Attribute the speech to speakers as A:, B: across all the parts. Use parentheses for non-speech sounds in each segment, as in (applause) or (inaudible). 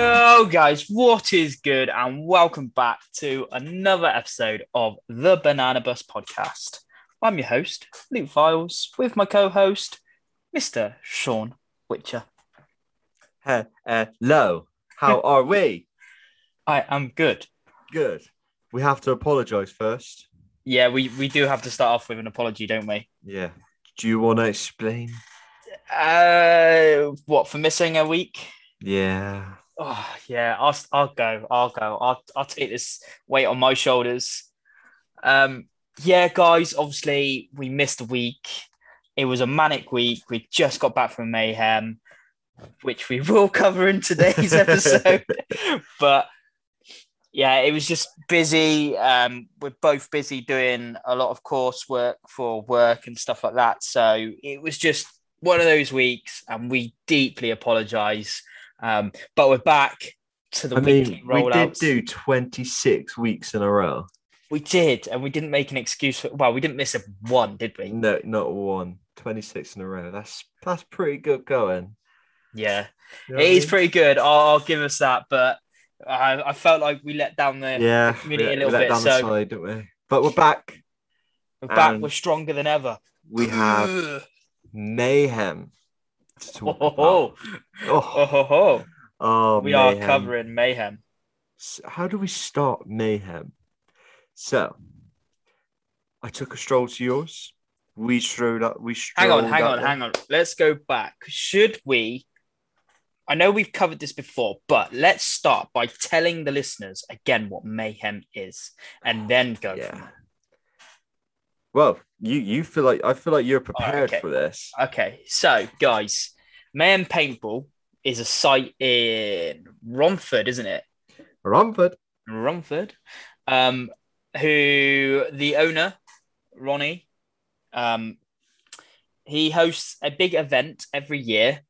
A: guys, what is good? And welcome back to another episode of the Banana Bus Podcast. I'm your host, Luke Viles, with my co host, Mr. Sean Witcher.
B: He- Hello, how are we?
A: I am good.
B: Good. We have to apologize first.
A: Yeah, we, we do have to start off with an apology, don't we?
B: Yeah. Do you want to explain?
A: Uh, what, for missing a week? (laughs)
B: Yeah.
A: Oh, yeah, I'll, I'll go. I'll go. I'll, I'll take this weight on my shoulders. Um, yeah, guys, obviously, we missed a week. It was a manic week. We just got back from Mayhem, which we will cover in
B: (laughs)
A: today's episode. but yeah, it was just busy. Um, we're both busy doing a lot of coursework for work and stuff like that. So it was just one of those weeks, and we deeply apologize. Um, but we're back to the
B: I mean,
A: weekly
B: we did
A: rollouts.
B: do 26 weeks in a row.
A: We did, and we didn't make an excuse. For, well, we didn't miss a one, did we?
B: No, not one. 26 in a row. That's that's pretty good going.
A: Yeah,
B: You know
A: it
B: what I
A: is
B: mean?
A: pretty good. I'll, I'll give us that. But I, I felt like we let down the.
B: Yeah.
A: community a
B: we let-
A: little
B: we let
A: bit,
B: down
A: so-
B: the side, didn't we? But we're back.
A: We're back.
B: and-
A: we're stronger than ever. (laughs)
B: We have mayhem. to
A: Oh,
B: talk
A: ho, ho.
B: about. Oh,
A: Oh, ho, ho.
B: oh,
A: we are
B: Mayhem.
A: covering mayhem.
B: S- how do we start mayhem? So I took a stroll to yours. We strolled up. We
A: Hang
B: strolled
A: on, hang on, hang on. Let's go back. Should we? I know we've covered this before, but let's start by telling the listeners again what mayhem is, and then go. from
B: Yeah.
A: there.
B: Well, you you feel like I feel like you're prepared
A: okay.
B: for this.
A: Okay, so guys, Mayhem Paintball is a site in Romford, isn't it?
B: Romford.
A: Romford, um, who the owner, Ronnie, um, he hosts a big event every year,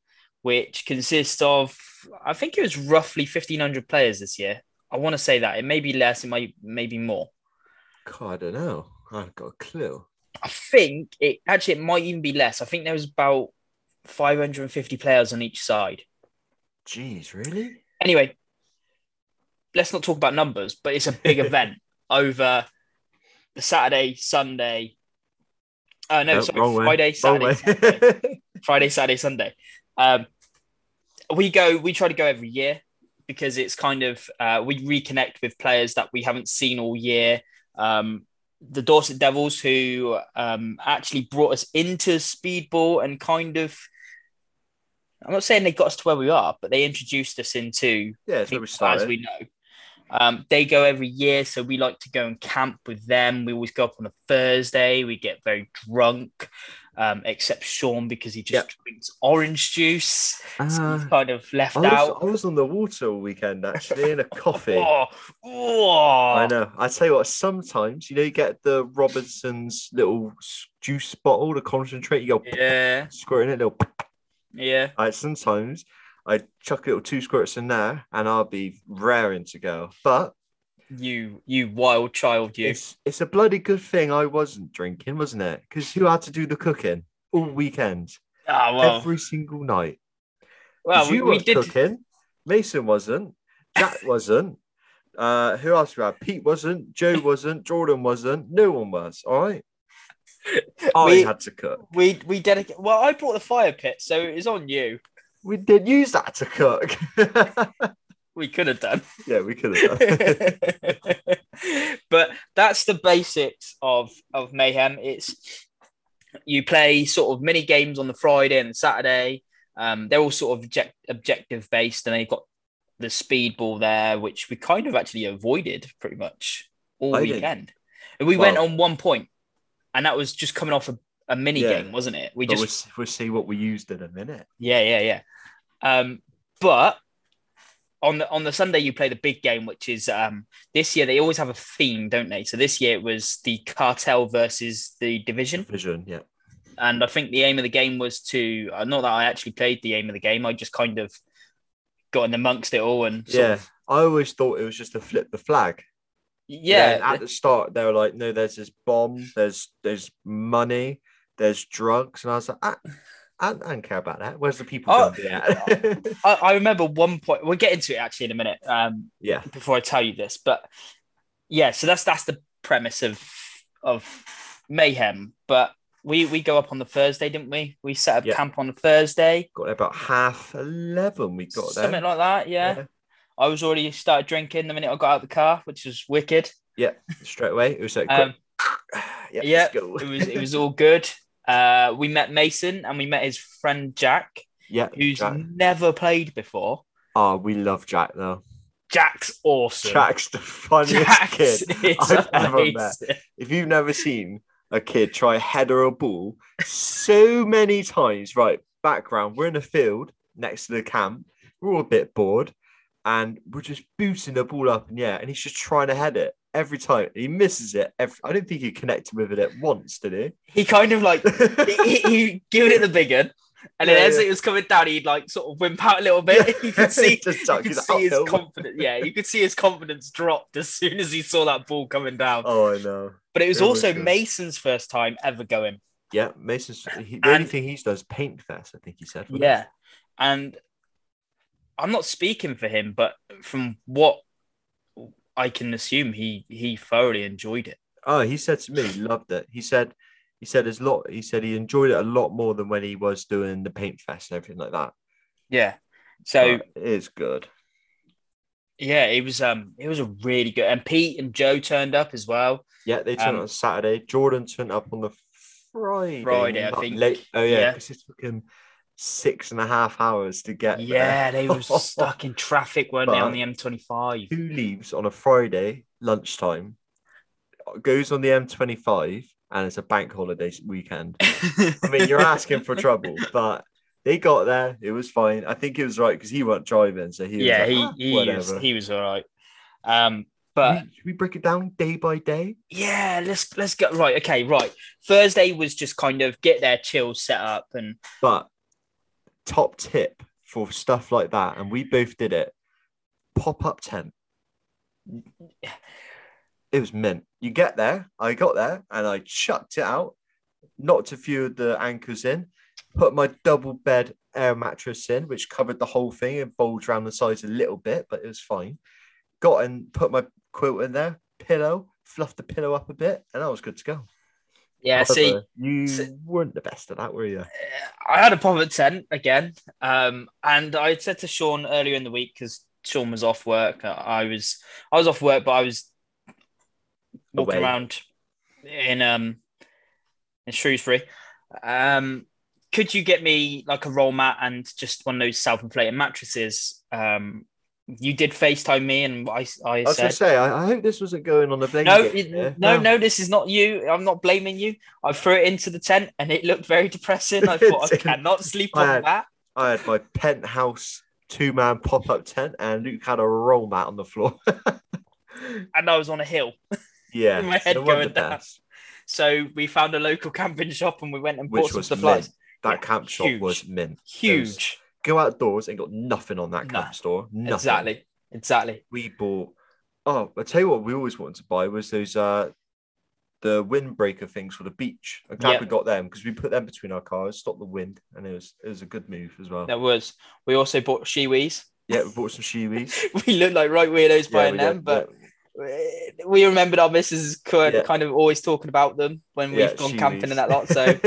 A: which consists of, I think it was roughly 1,500 players this year. I want to say that. It may be less, it might maybe more.
B: God, I don't know. I've got a clue.
A: I think it actually it might even be less. I think there was about 550 players on each side.
B: Jeez, really?
A: anyway, let's not talk about numbers, but it's a
B: (laughs)
A: big event over the Saturday, Sunday. Uh, no,
B: Nope,
A: sorry,
B: wrong way.
A: Friday,
B: Wrong
A: Saturday,
B: way. (laughs)
A: Sunday. (laughs) Friday, Saturday, Sunday. Um, we go, we try to go every year because it's kind of uh, we reconnect with players that we haven't seen all year. Um, the Dorset Devils, who um, actually brought us into speedball and kind of, I'm not saying they got us to where we are, but they introduced us into
B: yeah, it's where we
A: as
B: started.
A: we know. Um, they go every year, so we like to go and camp with them. We always go up on a Thursday. We get very drunk, um, except Sean because he just drinks orange juice. so he's
B: Uh,
A: kind of left
B: I, was,
A: out.
B: I was on the water all weekend
A: (laughs)
B: actually in a coffee.
A: Oh, oh.
B: I know. I tell you what, sometimes you know you get the Robinson's little s- juice bottle, the concentrate. You go
A: Yeah,
B: squirting it. Little.
A: yeah.
B: I sometimes I chuck a little two squirts in there, and I'll be raring to go. But
A: You, you wild child, you.
B: it's it's a bloody good thing I wasn't drinking, wasn't it? Because who had to do the cooking all weekend,
A: Ah, well,
B: every single night?
A: well,
B: 'Cause
A: we,
B: you
A: we
B: weren't
A: did.
B: cooking. Mason wasn't.
A: (laughs)
B: Jack wasn't. Uh, who else we had? Pete wasn't. Joe wasn't. Jordan wasn't. No one was. All right. I
A: We-
B: had to cook.
A: We we dedicate. Well, I brought the fire pit, so it was on you.
B: We did use that to cook. (laughs)
A: We could have done.
B: yeah, we could have done.
A: (laughs) but that's the basics of of mayhem it's you play sort of mini games on the friday and saturday um, they're all sort of object, objective based and they've got the speedball there which we kind of actually avoided pretty much all
B: I didn't.
A: weekend we
B: Well-
A: went on one point and that was just coming off a, a mini
B: Yeah.
A: game wasn't it (laughs) we
B: But
A: just
B: we'll, s- we'll see what we used in a minute.
A: yeah, yeah, yeah. Um, but on the on the Sunday you play the big game, which is um this year they always have a theme, don't they? So this year it was the cartel versus the division,
B: Vision, yeah.
A: and I think the aim of the game was to uh, not that I actually played the aim of the game, I just kind of got in amongst it all and sort
B: yeah.
A: of-
B: I always thought it was just to flip the flag.
A: yeah,
B: Then at the start, they were like, no, there's this bomb, there's there's money, there's drugs. And I was like, ah, I, I don't care about that. Where's the people
A: Oh.
B: going to be at?
A: I, I remember one point. We'll get into it actually in a minute. Um,
B: yeah.
A: before I tell you this, but yeah, so that's that's the premise of of mayhem. But we we go up on the Thursday, didn't we? We set up
B: Yeah.
A: camp on the Thursday,
B: Got there about half eleven. We got there.
A: something like that. Yeah. I was already started drinking the minute I got out of the car, which was
B: (laughs)
A: wicked.
B: straight away. It was like,
A: Um,
B: quick. yeah,
A: yeah,
B: let's go.
A: it was it was all good. Uh, we met Mason and we met his friend Jack,
B: yeah.
A: who's
B: Jack.
A: never played before.
B: Oh, we love Jack though.
A: Jack's awesome.
B: Jack's the funniest
A: Jack's
B: kid.
A: is
B: I've ever met.
A: amazing.
B: If you've never seen a kid try a header a ball so many times, right? Background: We're in a field next to the camp. We're all a bit bored, and we're just booting the ball up in the air, and he's just trying to head it every time. He misses it. Every, I don't think he connected with it at once, did he?
A: He kind of like he, he, he giving it the big one, and then
B: Yeah,
A: as
B: yeah.
A: it was coming down, he'd like sort of wimp out a little bit. (laughs) You could see,
B: (laughs) Just
A: you
B: tucked
A: could
B: his
A: see his
B: uphill.
A: confidence. Yeah, you could see his confidence dropped as soon as he saw that ball coming down.
B: Oh, I know.
A: but it was
B: it was
A: also
B: good.
A: Mason's first time ever going.
B: Yeah, Mason's. He, the only
A: And-
B: thing he's done is paint fest. I think he said. wasn't it?
A: Yeah, and I'm not speaking for him, but from what I can assume, he he thoroughly enjoyed it.
B: Oh, he said to me, he loved it. He said, he said his lot. He said he enjoyed it a lot more than when he was doing the paint fest and everything like that.
A: Yeah. So
B: But it is good.
A: yeah, it was um it was a really good and Pete and Joe turned up as well.
B: Yeah, they turned
A: Um,
B: up on Saturday. Jordan turned up on the Friday.
A: Friday, I
B: not
A: think.
B: Late. Oh yeah,
A: Yeah.
B: because it took him six and a half hours to get there.
A: Yeah, they were stuck in traffic, weren't they, on the (laughs)
B: (laughs)
A: M25?
B: Who leaves on a Friday lunchtime, goes on the M25, and it's a bank holiday weekend. I mean, you're asking for
A: (laughs)
B: trouble, but they got there. It was fine. I think it was right because he wasn't driving, so he
A: yeah,
B: was
A: he
B: like, "Ah,
A: he was,
B: whatever. Mm.
A: he was all right. Um, but
B: should, we, should we break it down day by day?
A: yeah, let's let's go right. Okay, right. Thursday was just kind of get there, chill, set up, and
B: But top tip for stuff like that, and we both did it. Pop up tent. It was mint. You get there. I got there and I chucked it out, knocked a few of the anchors in, put my double bed air mattress in, which covered the whole thing and bulged around the sides a little bit, but it was fine. Got and put my quilt in there, pillow, fluffed the pillow up a bit, and I was good to go.
A: yeah, see,
B: However, you
A: see-
B: weren't the best at that, were you?
A: I had a pop at 10 again. Um, and I had said to Sean earlier in the week because Sean was off work. I- I was I was off work, but I was walking
B: Away.
A: around in um in Shrewsbury. Um, could you get me like a roll mat and just one of those self-inflating mattresses? Um, you did FaceTime me, and I I
B: I was going
A: said
B: to say, I, I hope this wasn't going on a blanket.
A: no, it-
B: here.
A: no, no, This is not you. I'm not blaming you. I threw it into the tent, and it looked very depressing.
B: (laughs)
A: I thought I
B: Dude,
A: cannot sleep
B: I
A: on
B: had-
A: that.
B: I had my penthouse two man pop up tent, and Luke had a roll mat on the floor. (laughs)
A: and I was on a hill. (laughs)
B: yeah,
A: My head
B: it wasn't
A: going
B: the
A: down.
B: best.
A: So we found a local (laughs) camping shop and we went and
B: Which
A: bought some
B: was
A: supplies.
B: That
A: Yeah,
B: camp shop
A: huge.
B: was mint.
A: Huge.
B: Go outdoors and got nothing on that
A: No,
B: camp store. Nothing.
A: Exactly. Exactly.
B: We bought. Oh, I tell you what, we always wanted to buy was those uh, the windbreaker things for the beach. I'm glad
A: Yeah.
B: we got them because we put them between our cars, stopped the wind, and it was it was a good move as well.
A: There was. We also bought shiwis. (laughs)
B: Yeah, we bought some shiwis.
A: we looked like right weirdos
B: Yeah,
A: buying
B: we
A: them,
B: did,
A: but we remembered our missus is kind
B: Yeah.
A: kind of always talking about them when
B: Yeah,
A: we've gone
B: she
A: camping
B: leaves.
A: and that lot. So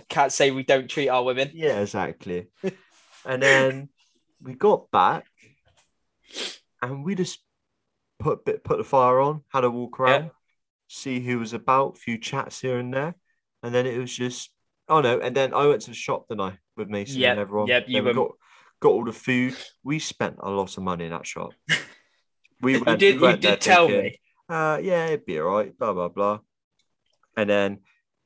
B: (laughs)
A: can't say we don't treat our women.
B: yeah, exactly. And then we got back, and we just put bit put the fire on, had a walk
A: Yeah.
B: around, see who was about, few chats here and there, and then it was just oh no. And then I went to the shop, didn't I, with Mason
A: Yep,
B: and everyone.
A: yep,
B: Then
A: you
B: we
A: went-
B: got got all the food. We spent a lot of money in
A: (laughs)
B: that shop. We
A: you
B: went, we
A: did. you
B: went there
A: did tell
B: thinking,
A: me.
B: uh, yeah, it'd be all right, blah, blah, blah. And then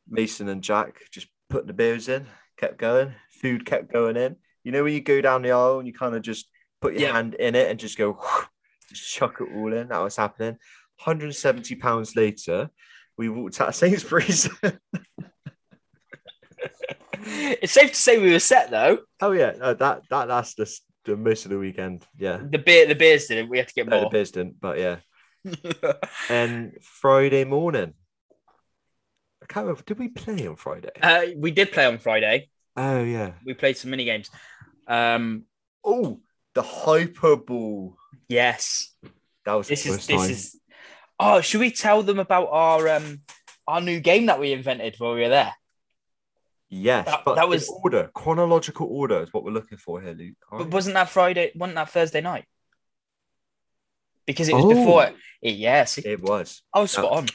B: Mason and Jack just putting the beers in, kept going, food kept going in. You know, when you go down the aisle and you kind of just put your
A: Yeah.
B: hand in it and just go, (laughs) just chuck it all in. That was happening. £170 later, we walked out of Sainsbury's. (laughs)
A: It's safe to say we were set though.
B: oh, yeah, no, that that that's the, s- the most of the weekend. Yeah.
A: The beer, the beers didn't. We had to get
B: No, the
A: more.
B: beers didn't, but yeah. And Friday morning, I can't remember, did we play on Friday?
A: uh, we did Uh, play on Friday.
B: Oh yeah.
A: We played some mini games. Um,
B: Oh, the hyper ball.
A: yes,
B: That was
A: this
B: the
A: is
B: first
A: this
B: time.
A: is. Oh, should we tell them about our um our new game that we invented while we were there?
B: Yes,
A: that-
B: but
A: that
B: in
A: was-
B: order chronological order is what we're looking for here, Luke.
A: But
B: Alright.
A: wasn't that Friday? Wasn't that Thursday night? Because it was before. It, yes,
B: It was.
A: I was spot
B: that-
A: on.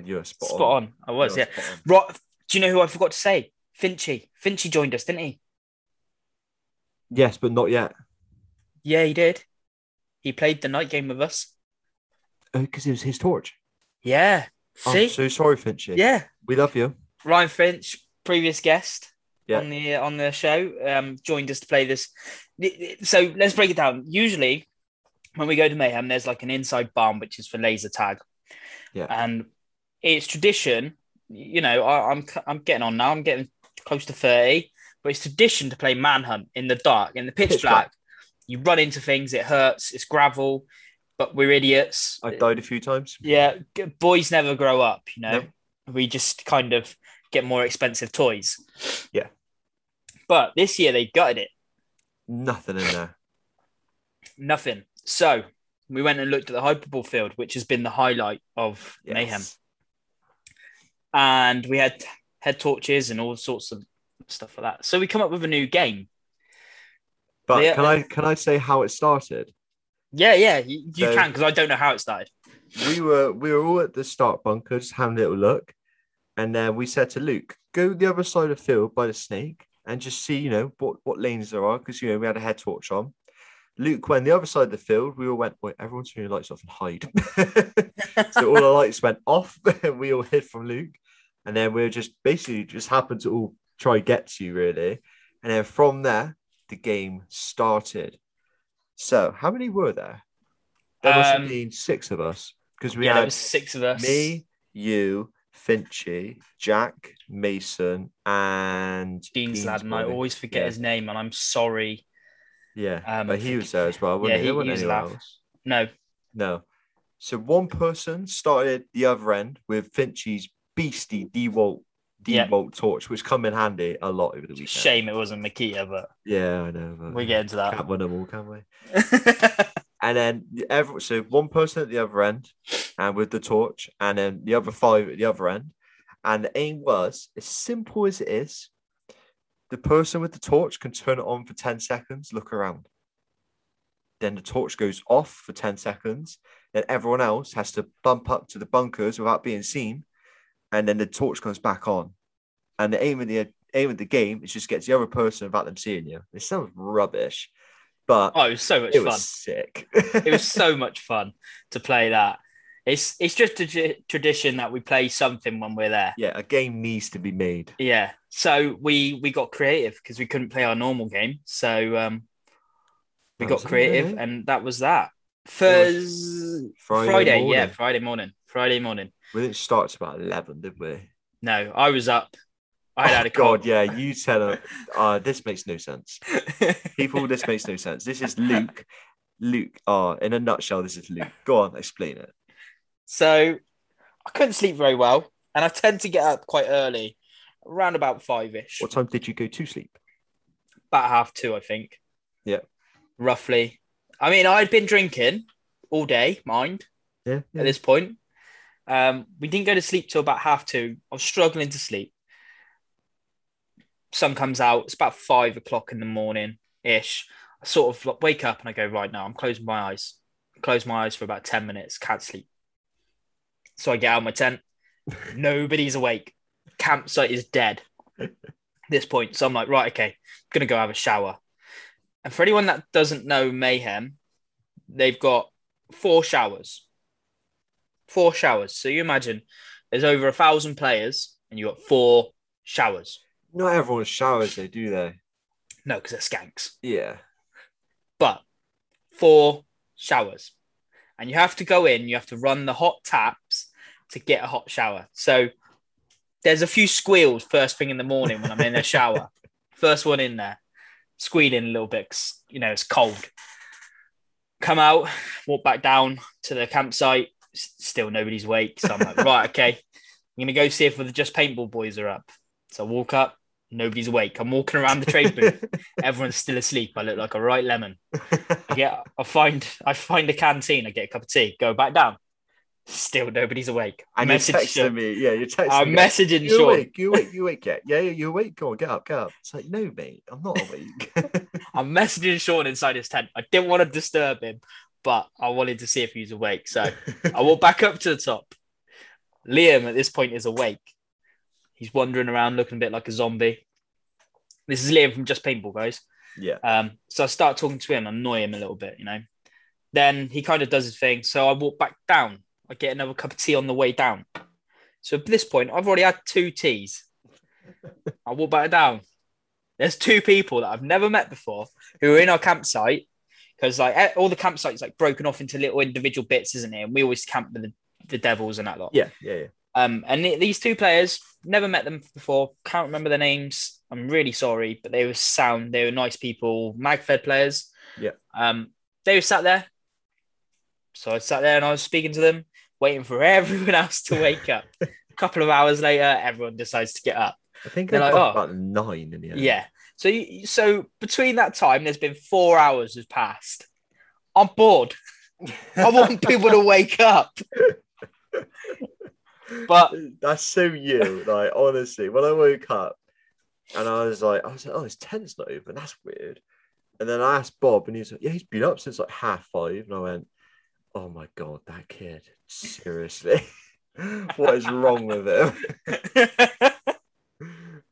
B: That you were spot,
A: Spot
B: on.
A: on. I was.
B: You
A: Yeah.
B: were spot on.
A: Right. Do you know who I forgot to say? Finchy. Finchy joined us, didn't he?
B: Yes, but not yet.
A: Yeah, he did. He played the night game with us.
B: because uh, it was his torch.
A: Yeah. See?
B: I'm so sorry, Finchy.
A: yeah.
B: We love you.
A: Ryan Finch, previous guest
B: Yeah.
A: on the on the show, um, joined us to play this. So let's break it down. Usually, when we go to Mayhem, there's like an inside barn which is for laser tag,
B: Yeah.
A: and it's tradition. You know, I, I'm I'm getting on now. I'm getting close to thirty, but it's tradition to play manhunt in the dark, in the pitch,
B: Pitch
A: black.
B: black.
A: You run into things. It hurts. It's gravel, but we're idiots.
B: I died a few times.
A: Yeah, g- boys never grow up, you know.
B: No.
A: We just kind of get more expensive toys.
B: Yeah.
A: But this year they gutted it.
B: Nothing in there.
A: Nothing. So we went and looked at the hyperball field, which has been the highlight of Mayhem.
B: Yes.
A: And we had head torches and all sorts of stuff like that. So we come up with a new game.
B: But
A: Yeah.
B: can I can I say how it started?
A: Yeah, yeah, you, you
B: So-
A: can because I don't know how it started.
B: We were we were all at the start bunker, just having a little look, and then we said to Luke, "Go the other side of the field by the snake and just see, you know, what what lanes there are because you know we had a head torch on." Luke went the other side of the field. We all went, "Wait, everyone turn your lights off and hide." (laughs) so all the lights went off (laughs) and we all hid from Luke. And then we were just basically just happened to all try get to you really. And then from there, the game started. So how many were there? There must
A: Um,
B: have been six of us. Because we
A: yeah, there
B: had
A: was six of us.
B: me, you, Finchy, Jack, Mason, and
A: Dean's lad, and I
B: boy.
A: always forget
B: Yeah.
A: his name, and I'm sorry.
B: Yeah.
A: um,
B: but he
A: forget-
B: was there as well, wasn't
A: Yeah,
B: he? There
A: he- he
B: wasn't
A: was
B: anyone
A: laugh.
B: else.
A: No,
B: No. So one person started the other end with Finchie's beastie Dewalt
A: Yeah.
B: Dewalt torch, which come in handy a lot over the weekend.
A: shame it wasn't Makita, but
B: Yeah, I know. But
A: we get into that.
B: can't win them all, can we?
A: (laughs) yeah,
B: And then the ever so one person at the other end, and with the torch, and then the other five at the other end. And the aim was as simple as it is. The person with the torch can turn it on for 10 seconds, look around. Then the torch goes off for 10 seconds. Then everyone else has to bump up to the bunkers without being seen. And then the torch comes back on. And the aim of the aim of the game is just gets the other person without them seeing you. It sounds rubbish, but
A: oh, it was so much
B: it
A: fun.
B: was sick.
A: It (laughs) was so much fun to play that. It's it's just a tra- tradition that we play something when we're there.
B: (laughs) yeah, a game needs to be made.
A: Yeah. So we we got creative because we couldn't play our normal game. So um we
B: That
A: got
B: was it,
A: creative
B: really.
A: and that was that.
B: It
A: Thurs
B: Friday
A: Friday yeah,
B: morning.
A: Friday morning. Friday morning.
B: We didn't start till about eleven, did we?
A: No, I was up. I had,
B: oh,
A: had a
B: God,
A: cold.
B: yeah. You tell him. Uh, this makes no sense, people. This makes no sense. This is Luke. Luke. Oh, in a nutshell, this is Luke. Go on, explain it.
A: (laughs) So I couldn't sleep very well. And I tend to get up quite early, around about five ish.
B: What time did you go to sleep?
A: about half two, I think.
B: Yeah.
A: Roughly. I mean, I'd been drinking all day, mind,
B: Yeah, yeah.
A: at this point. Um, we didn't go to sleep till about half two. I was struggling to sleep. Sun comes out, it's about five o'clock in the morning ish. I sort of wake up and I go, right now, I'm closing my eyes. Close my eyes for about 10 minutes, can't sleep. So I get out of my tent. Nobody's awake. Campsite is dead at this point. So I'm like, right, okay, gonna go have a shower. And for anyone that doesn't know Mayhem, they've got four showers. Four showers. So you imagine there's over a thousand players and you got four showers.
B: Not everyone showers, they do they?
A: No, because they're skanks.
B: Yeah.
A: but four showers. And you have to go in, you have to run the hot taps to get a hot shower. So there's a few squeals first thing in the morning when I'm in the shower. First one in there, squealing a little bit, 'cause, you know, it's cold. Come out, walk back down to the campsite. S- Still nobody's awake. So I'm like, right, okay. I'm going to go see if the Just Paintball boys are up. So I walk up, Nobody's awake. I'm walking around the trade booth. Everyone's still asleep. I look like a right lemon. Yeah, I find I find a canteen. I get a cup of tea. Go back down. Still nobody's awake.
B: and you're
A: Message
B: texting
A: Sean.
B: me. Yeah, you're texting
A: I'm
B: me.
A: messaging
B: You
A: Sean.
B: awake? You awake? You awake yet? Yeah, yeah, you awake? Go on, get up, get up. It's like, no, mate, I'm not awake. (laughs)
A: I'm messaging Sean inside his tent. I didn't want to disturb him, but I wanted to see if he was awake. So
B: (laughs)
A: I walk back up to the top. Liam at this point is awake. He's wandering around looking a bit like a zombie. This is Liam from Just Paintball, guys.
B: yeah,
A: Um, so I start talking to him, annoy him a little bit, you know. Then he kind of does his thing. So I walk back down. I get another cup of tea on the way down. So at this point, I've already had two teas. I walk back down. There's two people that I've never met before who are in our campsite because like eh, all the campsites like broken off into little individual bits, isn't it? And we always camp with the, the devils and that lot.
B: yeah, yeah, yeah.
A: Um, and th- these two players, never met them before, can't remember their names. I'm really sorry, but they were sound. They were nice people, Magfed players.
B: Yeah.
A: Um, they were sat there. So I sat there and I was speaking to them, waiting for (laughs) everyone else to wake up. A couple of hours later, everyone decides to get up.
B: I think
A: They're
B: they're
A: like,
B: like,
A: oh.
B: about nine in the
A: Yeah.
B: end. (laughs)
A: So you, so between that time, there's been four hours has passed. I'm bored. I want people to wake up. (laughs) But
B: That's so you. Like honestly, when I woke up and I was like, I was like, oh, his tent's not open. That's weird. And then I asked Bob, and he's like, yeah, he's been up since like half five. And I went, oh my god, that kid. Seriously, (laughs) what is wrong with him? (laughs)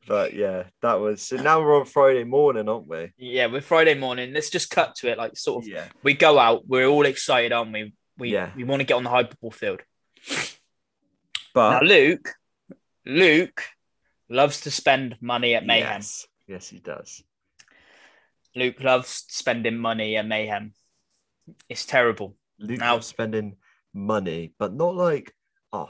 B: But yeah, that was. So now we're on Friday morning, aren't we?
A: yeah, we're Friday morning. Let's just cut to it. Like sort of
B: Yeah.
A: we go out, we're all excited, aren't we? We
B: Yeah.
A: we want to get on the hyperball field. Now
B: But
A: Luke, Luke loves to spend money at Mayhem.
B: Yes. yes, he does.
A: Luke loves spending money at Mayhem. It's terrible.
B: Luke
A: Now-
B: now spending money, but not like, oh,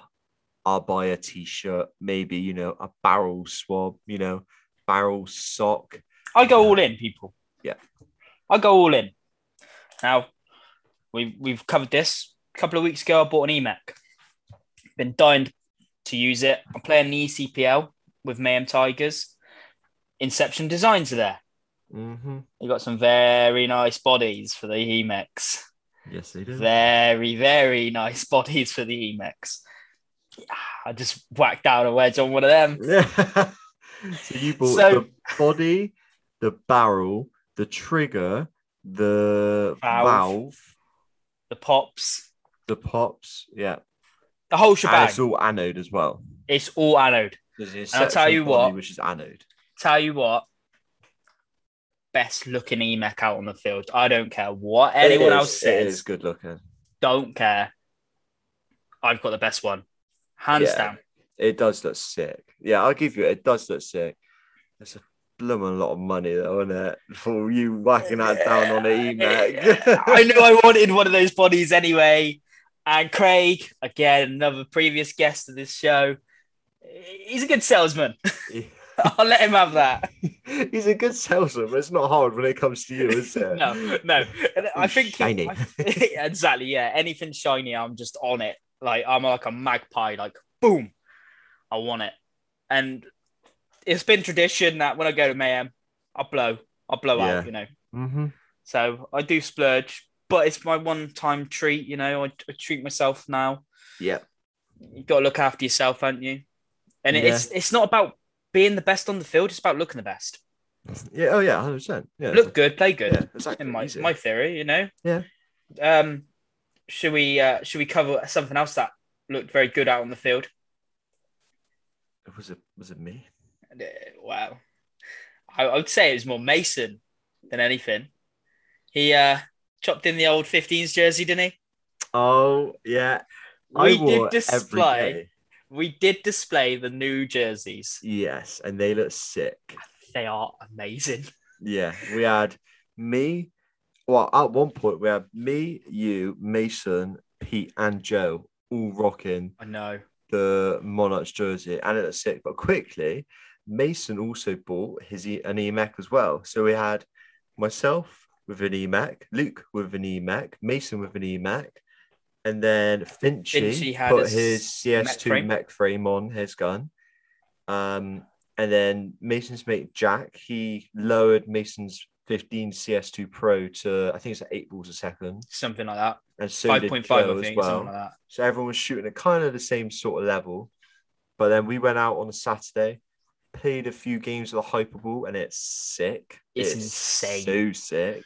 B: I'll buy a t-shirt, maybe you know, a barrel swab, you know, barrel sock.
A: I go
B: Yeah.
A: all in, people.
B: Yeah.
A: I go all in. Now, we've we've covered this. A couple of weeks ago, I bought an EMAC. Been dying to use it. I'm playing the E ECPL with Mayhem Tigers. Inception Designs are there.
B: Mm-hmm.
A: You got some very nice bodies for the EMAX.
B: Yes, they do.
A: Very, very nice (laughs) bodies for the EMAX. I just whacked out a wedge on one of them.
B: Yeah. (laughs) so you bought
A: So-
B: the body, the barrel, the trigger, the
A: Valve.
B: valve,
A: The pops,
B: the pops. Yeah,
A: the whole
B: and
A: shebang.
B: it's all anode as well.
A: It's all anode.
B: There's the
A: I'll tell
B: Inception
A: you
B: body,
A: what.
B: which is anode.
A: tell you what, best looking EMEC out on the field. I don't care what anyone
B: It is-
A: else
B: it
A: says.
B: is good looking.
A: Don't care. I've got the best one, hands
B: Yeah.
A: down.
B: It does look sick. Yeah, I'll give you it. It does look sick. It's a blooming lot of money though, isn't it? (laughs) For you whacking that down on
A: (laughs)
B: the emac. (laughs)
A: I knew I wanted one of those bodies anyway. And Craig, again, another previous guest of this show. He's a good salesman. (laughs) I'll let him have that.
B: He's a good salesman, but it's not hard when it comes to you, is
A: (laughs)
B: it?
A: No, no. And I (laughs) think
B: Shiny.
A: exactly. Yeah. Anything shiny, I'm just on it. Like I'm like a magpie. Like boom, I want it. And it's been tradition that when I go to Mayhem, I blow, I blow
B: Yeah.
A: out. You know,
B: Mm-hmm.
A: so I do splurge, but it's my one-time treat. You know, I, I treat myself now.
B: Yeah.
A: You got to look after yourself, haven't you? And it-
B: Yeah.
A: it's it's not about being the best on the field. It's about looking the best.
B: Yeah. Oh yeah, hundred percent. Yeah.
A: Look good, play good.
B: Yeah, exactly.
A: in my,
B: easy.
A: my theory, you know.
B: Yeah.
A: Um, should we uh, should we cover something else that looked very good out on the field?
B: Was it was it me?
A: Uh, Wow, I, I would say it was more Mason than anything. He uh, chopped in the old 15s jersey, didn't he?
B: Oh yeah.
A: We
B: I wore
A: did
B: it every
A: display
B: day.
A: we did display the new jerseys.
B: Yes, and they look sick.
A: They are amazing.
B: Yeah, we had me. Well, at one point we had me, you, Mason, Pete, and Joe all rocking
A: I know.
B: the Monarchs jersey, and it was sick. But quickly, Mason also bought his e- an EMAC as well. So we had myself with an E EMAC, Luke with an E EMAC, Mason with an E EMAC, and then Finchy,
A: Finchy had
B: put
A: his E
B: his CS2
A: mech frame.
B: mech frame on his gun. Um, And then Mason's mate Jack, he lowered Mason's 15 CS2 Pro to I think it's like eight balls a second,
A: something like that.
B: and so
A: Five
B: did
A: point five,
B: Joe
A: I
B: as
A: think,
B: well.
A: something like that.
B: So everyone was shooting at kind of the same sort of level. But then we went out on a Saturday, played a few games of the hyperball, and it's sick.
A: It's insane.
B: So sick.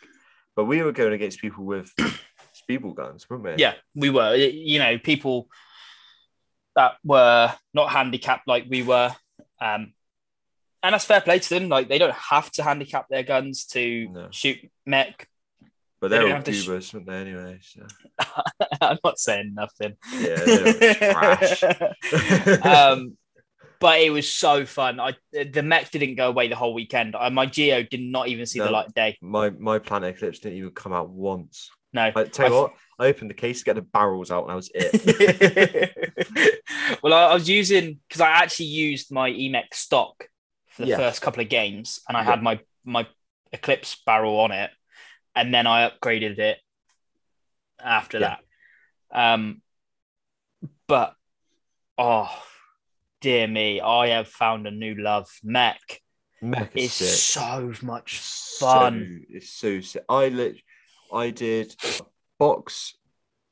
B: But we were going against people with (coughs) speedball guns, weren't we?
A: Yeah, we were. Y- You know, people that were not handicapped like we were, um, and that's fair play to them. Like they don't have to handicap their guns to
B: No.
A: shoot mech. (laughs)
B: But
A: They
B: they're
A: don't
B: all
A: have to sh-
B: goobers, weren't they, anyway? So.
A: I'm not saying nothing.
B: Yeah,
A: (laughs)
B: they're all trash.
A: um, but it was so fun. I the mech didn't go away the whole weekend. I, my geo did not even see the
B: No.
A: light of day.
B: my my planet eclipse didn't even come out once.
A: No.
B: Like, tell you
A: I- (laughs)
B: what, I opened the case to get the barrels out, and that was it.
A: well, I, I was using because I actually used my Emec stock for the
B: Yeah.
A: first couple of games, and I
B: Yeah.
A: had my my Eclipse barrel on it, and then I upgraded it after
B: Yeah.
A: that. Um, but oh dear me, I have found a new love. Mech
B: Mech is
A: is
B: sick.
A: so much fun.
B: So, it's so sick. I lit. I did a box.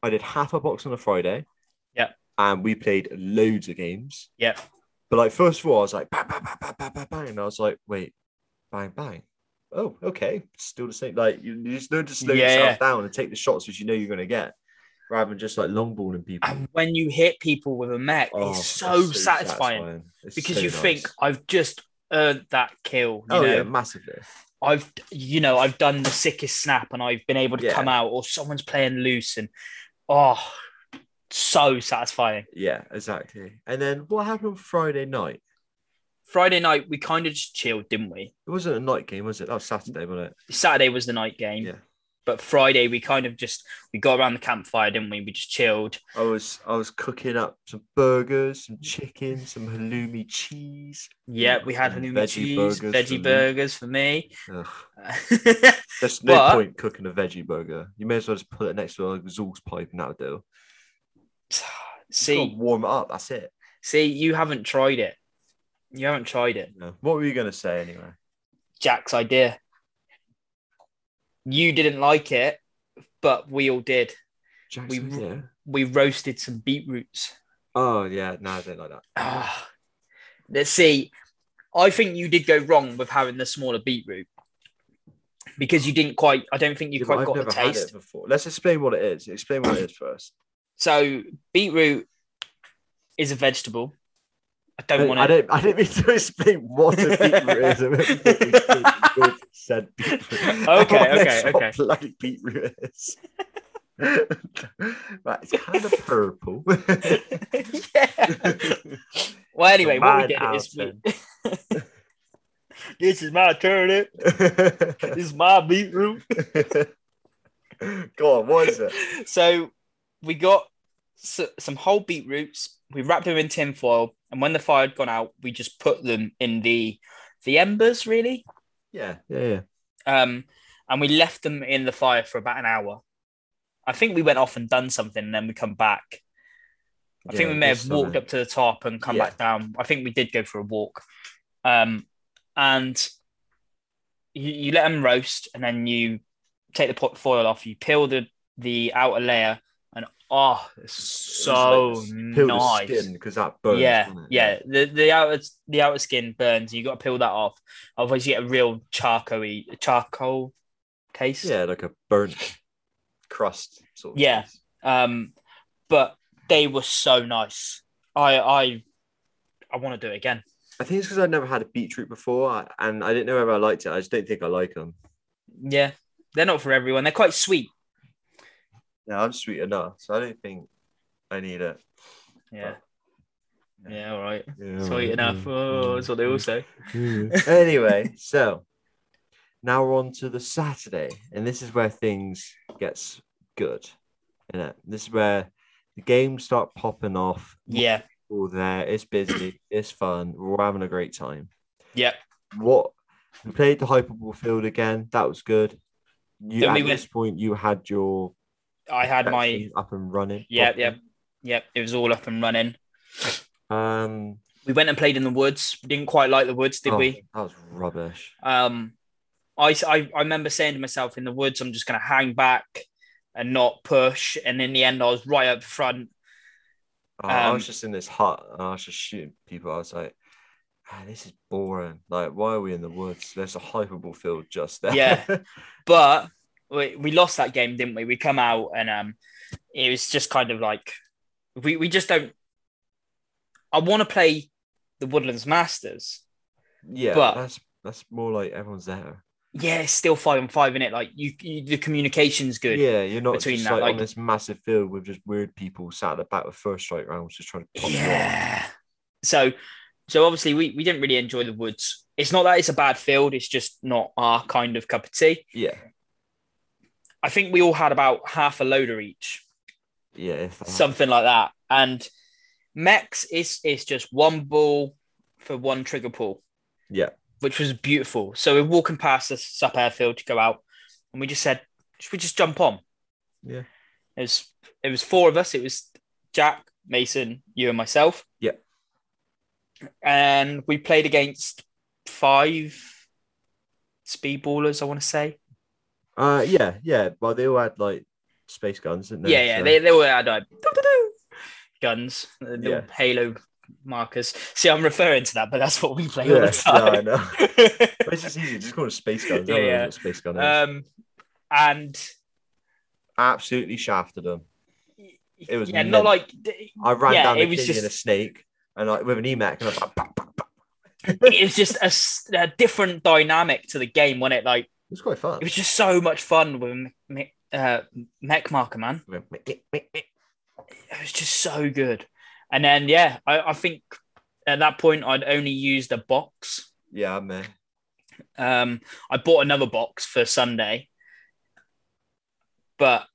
B: I did half a box on a Friday.
A: Yeah.
B: And we played loads of games.
A: Yeah.
B: But like first of all, I was like bang, bang, bang, bang, bang, bang, bang. And I was like, wait, bang, bang. Oh, okay. Still the same. Like you, you just learn to slow
A: Yeah,
B: yourself
A: yeah.
B: down and take the shots which you know you're gonna get, rather than just like long balling people.
A: And when you hit people with a mech,
B: Oh,
A: it's
B: that's
A: so, satisfying.
B: It's
A: because
B: so
A: you
B: nice.
A: think I've just earned that kill. You
B: oh
A: know,
B: yeah, massively.
A: I've you know I've done the sickest snap and I've been able to
B: Yeah.
A: come out, or someone's playing loose and oh, so satisfying.
B: Yeah, exactly. And then what happened on Friday night?
A: Friday night we kind of just chilled, didn't we?
B: It wasn't a night game, was it? That was Saturday, wasn't it?
A: Saturday was the night game,
B: Yeah.
A: but Friday we kind of just we got around the campfire, didn't we? We just chilled.
B: I was I was cooking up some burgers, some chicken, some halloumi cheese.
A: Yeah, we had
B: And
A: halloumi
B: veggie
A: cheese,
B: burgers for
A: veggie
B: me.
A: burgers for me. (laughs)
B: Ugh,
A: Uh,
B: there's no
A: But-
B: point cooking a veggie burger. You may as well just put it next to an exhaust pipe and that'll do. Just gotta
A: see,
B: warm it up. That's it.
A: see, you haven't tried it. You haven't tried it.
B: No. What were you gonna say anyway?
A: Jack's idea. You didn't like it, but we all did.
B: Jack's
A: We-
B: idea?
A: We roasted some beetroots.
B: Oh yeah, no, I don't like that.
A: Ah, let's see. I think you did go wrong with having the smaller beetroot because you didn't quite. I don't think (sighs) you
B: Yeah, but
A: quite got the
B: had
A: taste.
B: it before. Let's explain what it is. Explain what it is first.
A: So beetroot is a vegetable. I
B: I
A: don't
B: don't, I
A: want to.
B: don't. I didn't mean to explain what a beetroot is. I meant what we
A: (laughs)
B: think with said beetroot. I
A: Okay,
B: wanna
A: okay,
B: know
A: okay.
B: What bloody beetroot is? (laughs) right, it's kind of purple. (laughs)
A: (laughs) yeah. Well, anyway, what we
B: Mine
A: did
B: out
A: is we. (laughs) this is my turnip. This is my beetroot.
B: Go on, what is it?
A: so we got s- some whole beetroots. We wrapped them in tin foil, and when the fire had gone out, we just put them in the the embers, really.
B: Yeah, yeah, yeah.
A: Um, and we left them in the fire for about an hour. I think we went off and done something, and then we come back. I think we
B: Yeah,
A: may
B: there's
A: have walked
B: something.
A: up to the top and come
B: Yeah.
A: back down. I think we did go for a walk. Um, and you, you let them roast, and then you take the pot foil off. You peel the the outer layer, and oh, it's so nice.
B: because that burns.
A: yeah,
B: doesn't it?
A: yeah. The the outer the outer skin burns. You got to peel that off. Otherwise, you get a real charcoaly charcoal taste.
B: yeah, like a burnt crust sort. Of
A: Yeah.
B: taste.
A: Um, but they were so nice. I I I want to do it again.
B: I think it's because I'd never had a beetroot before, I- and I didn't know whether I liked it. I just don't think I like them.
A: Yeah, they're not for everyone. They're quite sweet.
B: No, I'm sweet enough, so I don't think I need it.
A: Yeah.
B: Yeah.
A: Yeah, all right.
B: Yeah,
A: Sweet
B: right,
A: enough.
B: yeah,
A: Oh, that's what they all say.
B: yeah. (laughs) anyway, so now we're on to the Saturday, and this is where things gets good. innit? This is where the games start popping off.
A: Yeah,
B: All there, it's busy, it's fun, we're all having a great time.
A: yeah.
B: What we played the hyperball field again, that was good. You
A: Then
B: at
A: we went-
B: this point you had your
A: I had my
B: up and running.
A: Yeah,
B: properly.
A: yep, it was all up and running.
B: Um,
A: We went and played in the woods. Didn't quite like the woods, did
B: Oh,
A: we?
B: That was rubbish.
A: Um, I, I I remember saying to myself in the woods, I'm just going to hang back and not push. And in the end, I was right up front.
B: Oh, I was
A: Um,
B: just in this hut and I was just shooting people. I was like, "Ah, this is boring. Like, why are we in the woods? There's a hyperball field just there.
A: Yeah. But we, we lost that game, didn't we? We come out and um, it was just kind of like we we just don't. I want to play the Woodlands Masters.
B: (laughs) yeah.
A: But-
B: that's that's more like everyone's there.
A: Yeah, it's still five on five in it. Like you, you the communication's good.
B: Yeah, you're not
A: Between
B: just
A: that,
B: like,
A: like-
B: on this massive field with just weird people sat at the back with first strike rounds just trying to pop you off.
A: Yeah. So, so obviously we we didn't really enjoy the woods. It's not that it's a bad field. It's just not our kind of cup of tea.
B: Yeah,
A: I think we all had about half a loader each,
B: yeah. If that-
A: something like that. And Mex is is just one ball for one trigger pull.
B: Yeah.
A: Which was beautiful. So we're walking past the sup airfield to go out, and we just said, "Should we just jump on?"
B: Yeah.
A: It was it was four of us. It was Jack, Mason, you, and myself.
B: Yeah.
A: And we played against five speedballers. I want to say.
B: Uh, yeah, yeah. Well, they all had like space guns, didn't they?
A: yeah, yeah.
B: So-
A: They they all had like doo-doo-doo guns, the little
B: Yeah.
A: Halo markers. See, I'm referring to that, but that's what we play all
B: yeah, (laughs)
A: the
B: no, I
A: time.
B: know. But it's just easy. Just call them space guns.
A: Yeah,
B: Yeah,
A: yeah.
B: yeah. What space gun
A: (laughs)
B: is.
A: um, and
B: Absolutely shafted them. It was
A: yeah,
B: mint.
A: not like
B: I ran
A: Yeah,
B: down
A: it
B: a
A: was
B: kitty in a
A: just-
B: snake and like with an emac and I was like, "Bah, bah, bah."
A: it's just a s a a different dynamic to the game when it like.
B: it was quite fun.
A: It was just so much fun with Me- Me- uh, Mech Marker, man. It was just so good. And then, yeah, I, I think at that point I'd only used a box.
B: yeah, man.
A: Um, I bought another box for Sunday. But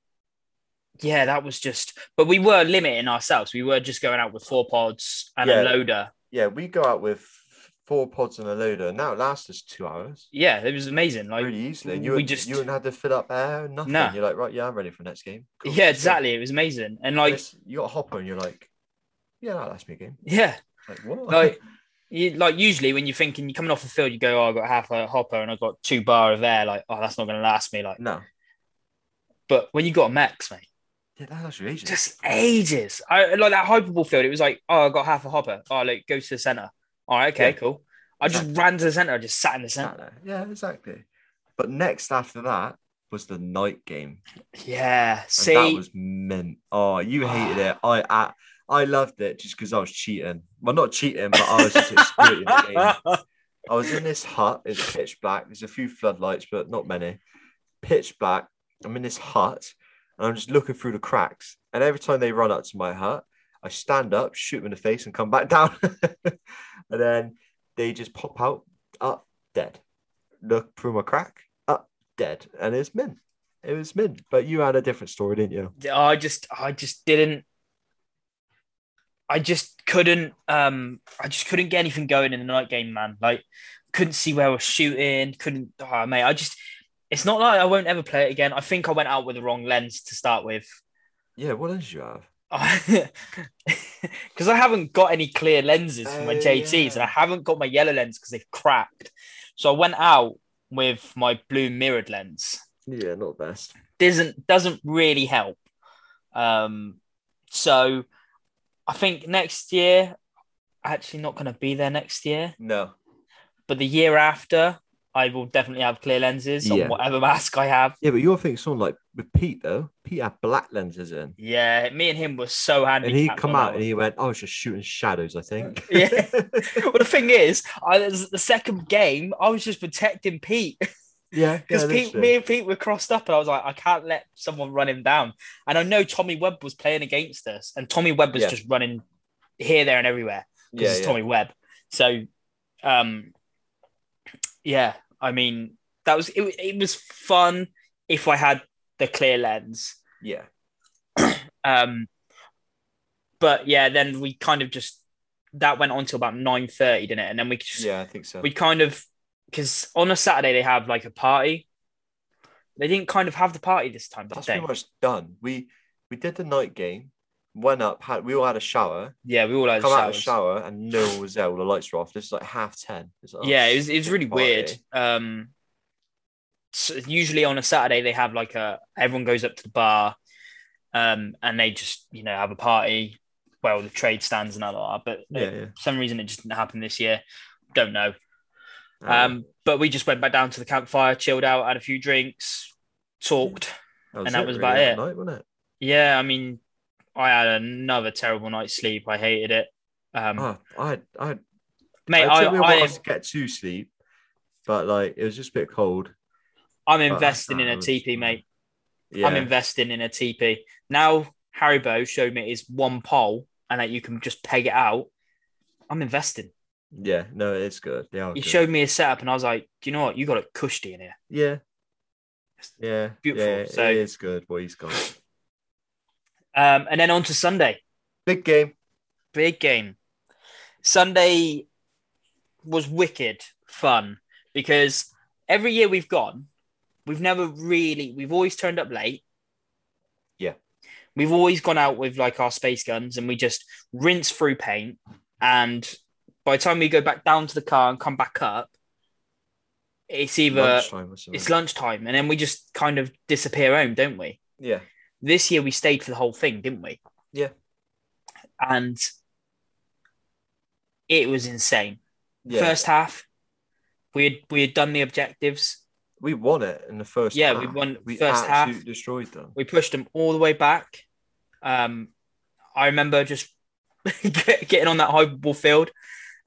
A: yeah, that was just, but we were limiting ourselves. We were just going out with four pods and
B: Yeah.
A: a loader.
B: Yeah, we go out with four pods and a loader, and that lasts us two hours.
A: Yeah, it was amazing. Like,
B: Really easily. And you
A: we
B: wouldn't,
A: just-
B: you wouldn't have to fill up air, nothing.
A: Nah.
B: You're like, right, yeah, I'm ready for the next game. Cool,
A: yeah,
B: let's go.
A: exactly. It was amazing. And like,
B: It's- you got a hopper and you're like, yeah, that lasts me a game.
A: yeah,
B: Like, what?
A: like you, like usually when you're thinking you're coming off the field, you go, "Oh, I got half a hopper and I've got two bar of air." Like, oh, that's not going to last me. Like,
B: (laughs) no.
A: but when you got a max, mate,
B: Yeah, that lasts you ages.
A: just ages. I like that hyperball field. It was like, oh, I got half a hopper. Oh, like go to the center. All right, okay,
B: Yeah.
A: cool. I just
B: Exactly.
A: ran to the center. I just sat in the center.
B: Sat there. Yeah, exactly. But next after that was the night game.
A: Yeah,
B: And
A: see,
B: that was mint. Oh, you hated it. I I, I loved it just because I was cheating. Well, not cheating, but I was just exploiting the game. I was in this hut. It's pitch black. There's a few floodlights, but not many. Pitch black. I'm in this hut, and I'm just looking through the cracks. And every time they run up to my hut, I stand up, shoot them in the face, and come back (laughs) down. and then they just pop out, up dead. Look through my crack, up dead, and it's mint. It was mint. But you had a different story, didn't you?
A: (laughs) I just, I just didn't. I just couldn't. Um, I just couldn't get anything going in the night game, man. Like, couldn't see where I was shooting. Couldn't, oh, mate. I just. It's not like I won't ever play it again. I think I went out with the wrong lens to start with,
B: Yeah. What else you
A: (laughs)
B: have?
A: because I haven't got any clear lenses for my
B: Oh,
A: JTs, and
B: yeah.
A: I haven't got my yellow lens because they've cracked. So I went out with my blue mirrored lens.
B: Yeah, not best.
A: doesn't doesn't really help. Um, so I think next year, actually not going to be there next year,
B: No.
A: but the year after, I will definitely have clear lenses
B: Yeah.
A: on whatever (laughs) mask I have.
B: Yeah, but you're thinking someone like with Pete though. Pete had black lenses in.
A: Yeah, me and him were so handy.
B: and he come out and he went, "I was just shooting shadows, I think."
A: (laughs)
B: (laughs)
A: Yeah. well, the thing is, I, the second game, I was just protecting Pete.
B: yeah,
A: Because
B: yeah,
A: Pete,
B: literally.
A: me and Pete were crossed up, and I was like, I can't let someone run him down. And I know Tommy Webb was playing against us, and Tommy Webb was
B: Yeah.
A: just running here, there, and everywhere because
B: yeah,
A: it's
B: yeah.
A: Tommy Webb. So, um, yeah, I mean, that was it, it. was fun if I had the clear lens.
B: yeah,
A: Um, but yeah, then we kind of just that went on till about nine thirty, didn't it? And then we just
B: yeah, I think so.
A: we kind of because on a Saturday they have like a party. They didn't kind of have the party this time, did
B: That's
A: they?
B: pretty much done. We we did the night game. went up, had, we all had a shower,
A: Yeah, we all had
B: come
A: showers.
B: out of the shower, and no one was there. All the lights were off. This is like half 10. It's like, oh,
A: yeah, it was, it was
B: shit
A: really
B: party.
A: weird. Um, so usually on a Saturday they have like a everyone goes up to the bar, um, and they just you know have a party. Well, the trade stands and all that, but
B: Yeah, yeah.
A: for some reason it just didn't happen this year. Don't know.
B: Um,
A: Um, but we just went back down to the campfire, chilled out, had a few drinks, talked. and that was
B: really,
A: about
B: that
A: it.
B: Night, wasn't it?
A: Yeah, I mean, I had another terrible night's sleep. I hated it. Um,
B: Oh, I, had- I, had-
A: mate,
B: it
A: I,
B: took me a while
A: I,
B: to get to sleep, but like it was just a bit cold.
A: I'm
B: that
A: investing in a
B: sounds
A: teepee,
B: fun.
A: mate.
B: Yeah,
A: I'm investing in a teepee. Now Haribo showed me it's one pole and that you can just peg it out. I'm investing.
B: yeah. No, it's good. They are
A: He
B: good.
A: showed me a setup and I was like, do you know what? You got it cushy in here.
B: Yeah. Yeah,
A: beautiful,
B: yeah,
A: so-
B: it is good. What he's got,
A: Um, and then on to Sunday.
B: big game.
A: big game. Sunday was wicked fun because every year we've gone, we've never really, we've always turned up late.
B: Yeah.
A: We've always gone out with like our space guns and we just rinse through paint. And by the time we go back down to the car and come back up, it's either
B: Lunchtime or
A: uh,
B: something.
A: it's lunchtime and then we just kind of disappear home, don't we?
B: yeah,
A: this year we stayed for the whole thing, didn't we?
B: Yeah.
A: And it was insane.
B: yeah.
A: First half, we had we had done the objectives.
B: we won it in the first.
A: Yeah,
B: half.
A: we won
B: We
A: first half.
B: absolutely destroyed them. (laughs)
A: We pushed them all the way back. Um, I remember just (laughs) get- getting on that high ball field,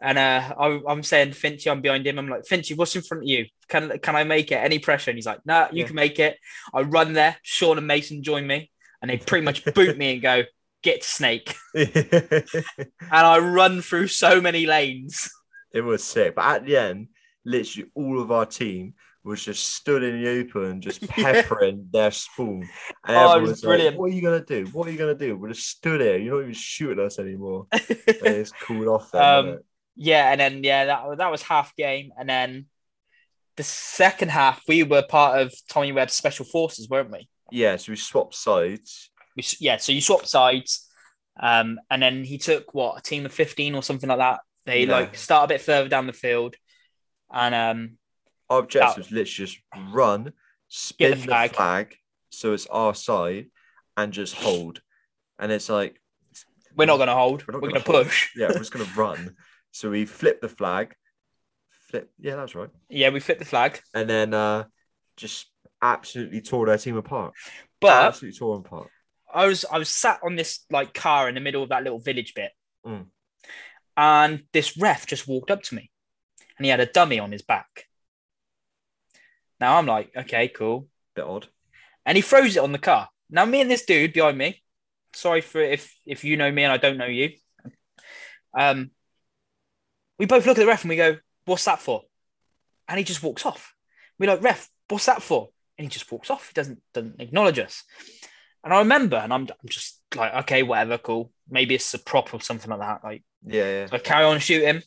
A: and uh, I, I'm saying Finchy, I'm behind him. I'm like Finchy, what's in front of you? Can can I make it? Any pressure? And he's like, Nah, you
B: Yeah.
A: can make it. I run there. Sean and Mason join me, and they pretty much boot me and go, Get Snake.
B: it
A: and I run through so many
B: (laughs)
A: lanes.
B: was sick, but at the end, literally all of our team was just stood in the
A: (laughs)
B: open, just peppering their spoon.
A: Oh, it
B: And everyone
A: was
B: like,
A: brilliant.
B: what are you gonna do? What are you gonna do? We're just stood here. You're not even shooting
A: (laughs)
B: us anymore. And it's cooled off. Then,
A: Um,
B: wasn't it?
A: yeah, and then yeah, that that was half game, and then the second half we were part of Tommy Webb's special forces, weren't we?
B: yeah, so we swapped sides.
A: we s- yeah, so you swap sides, um, and then he took what a team of fifteen or something like that. They
B: Yeah.
A: like start a bit further down the field, and um,
B: Our objective was literally just run, spin the flag.
A: flag.
B: so it's our side, and just hold. And it's like,
A: we're not going to hold.
B: We're
A: We're,
B: not
A: going
B: gonna
A: to
B: hold.
A: push.
B: yeah, we're
A: (laughs)
B: just gonna run. So we flip the flag, flip. Yeah, that's right.
A: Yeah, we flip the flag,
B: And then uh just absolutely tore their team apart.
A: but
B: absolutely tore them apart.
A: I was I was sat on this like car in the middle of that little village bit,
B: Mm.
A: and this ref just walked up to me, and he had a dummy on his back. Now I'm like, okay, cool.
B: Bit odd.
A: and he throws it on the car. Now, me and this dude behind me, sorry for if if you know me and I don't know you, um, we both look at the ref and we go, "What's that for?" And he just walks off. We're like, "Ref, what's that for?" And he just walks off. He doesn't doesn't acknowledge us. And I remember, and I'm, I'm just like, "Okay, whatever, cool. Maybe it's a prop or something like that." Like,
B: Yeah,
A: I carry on shooting,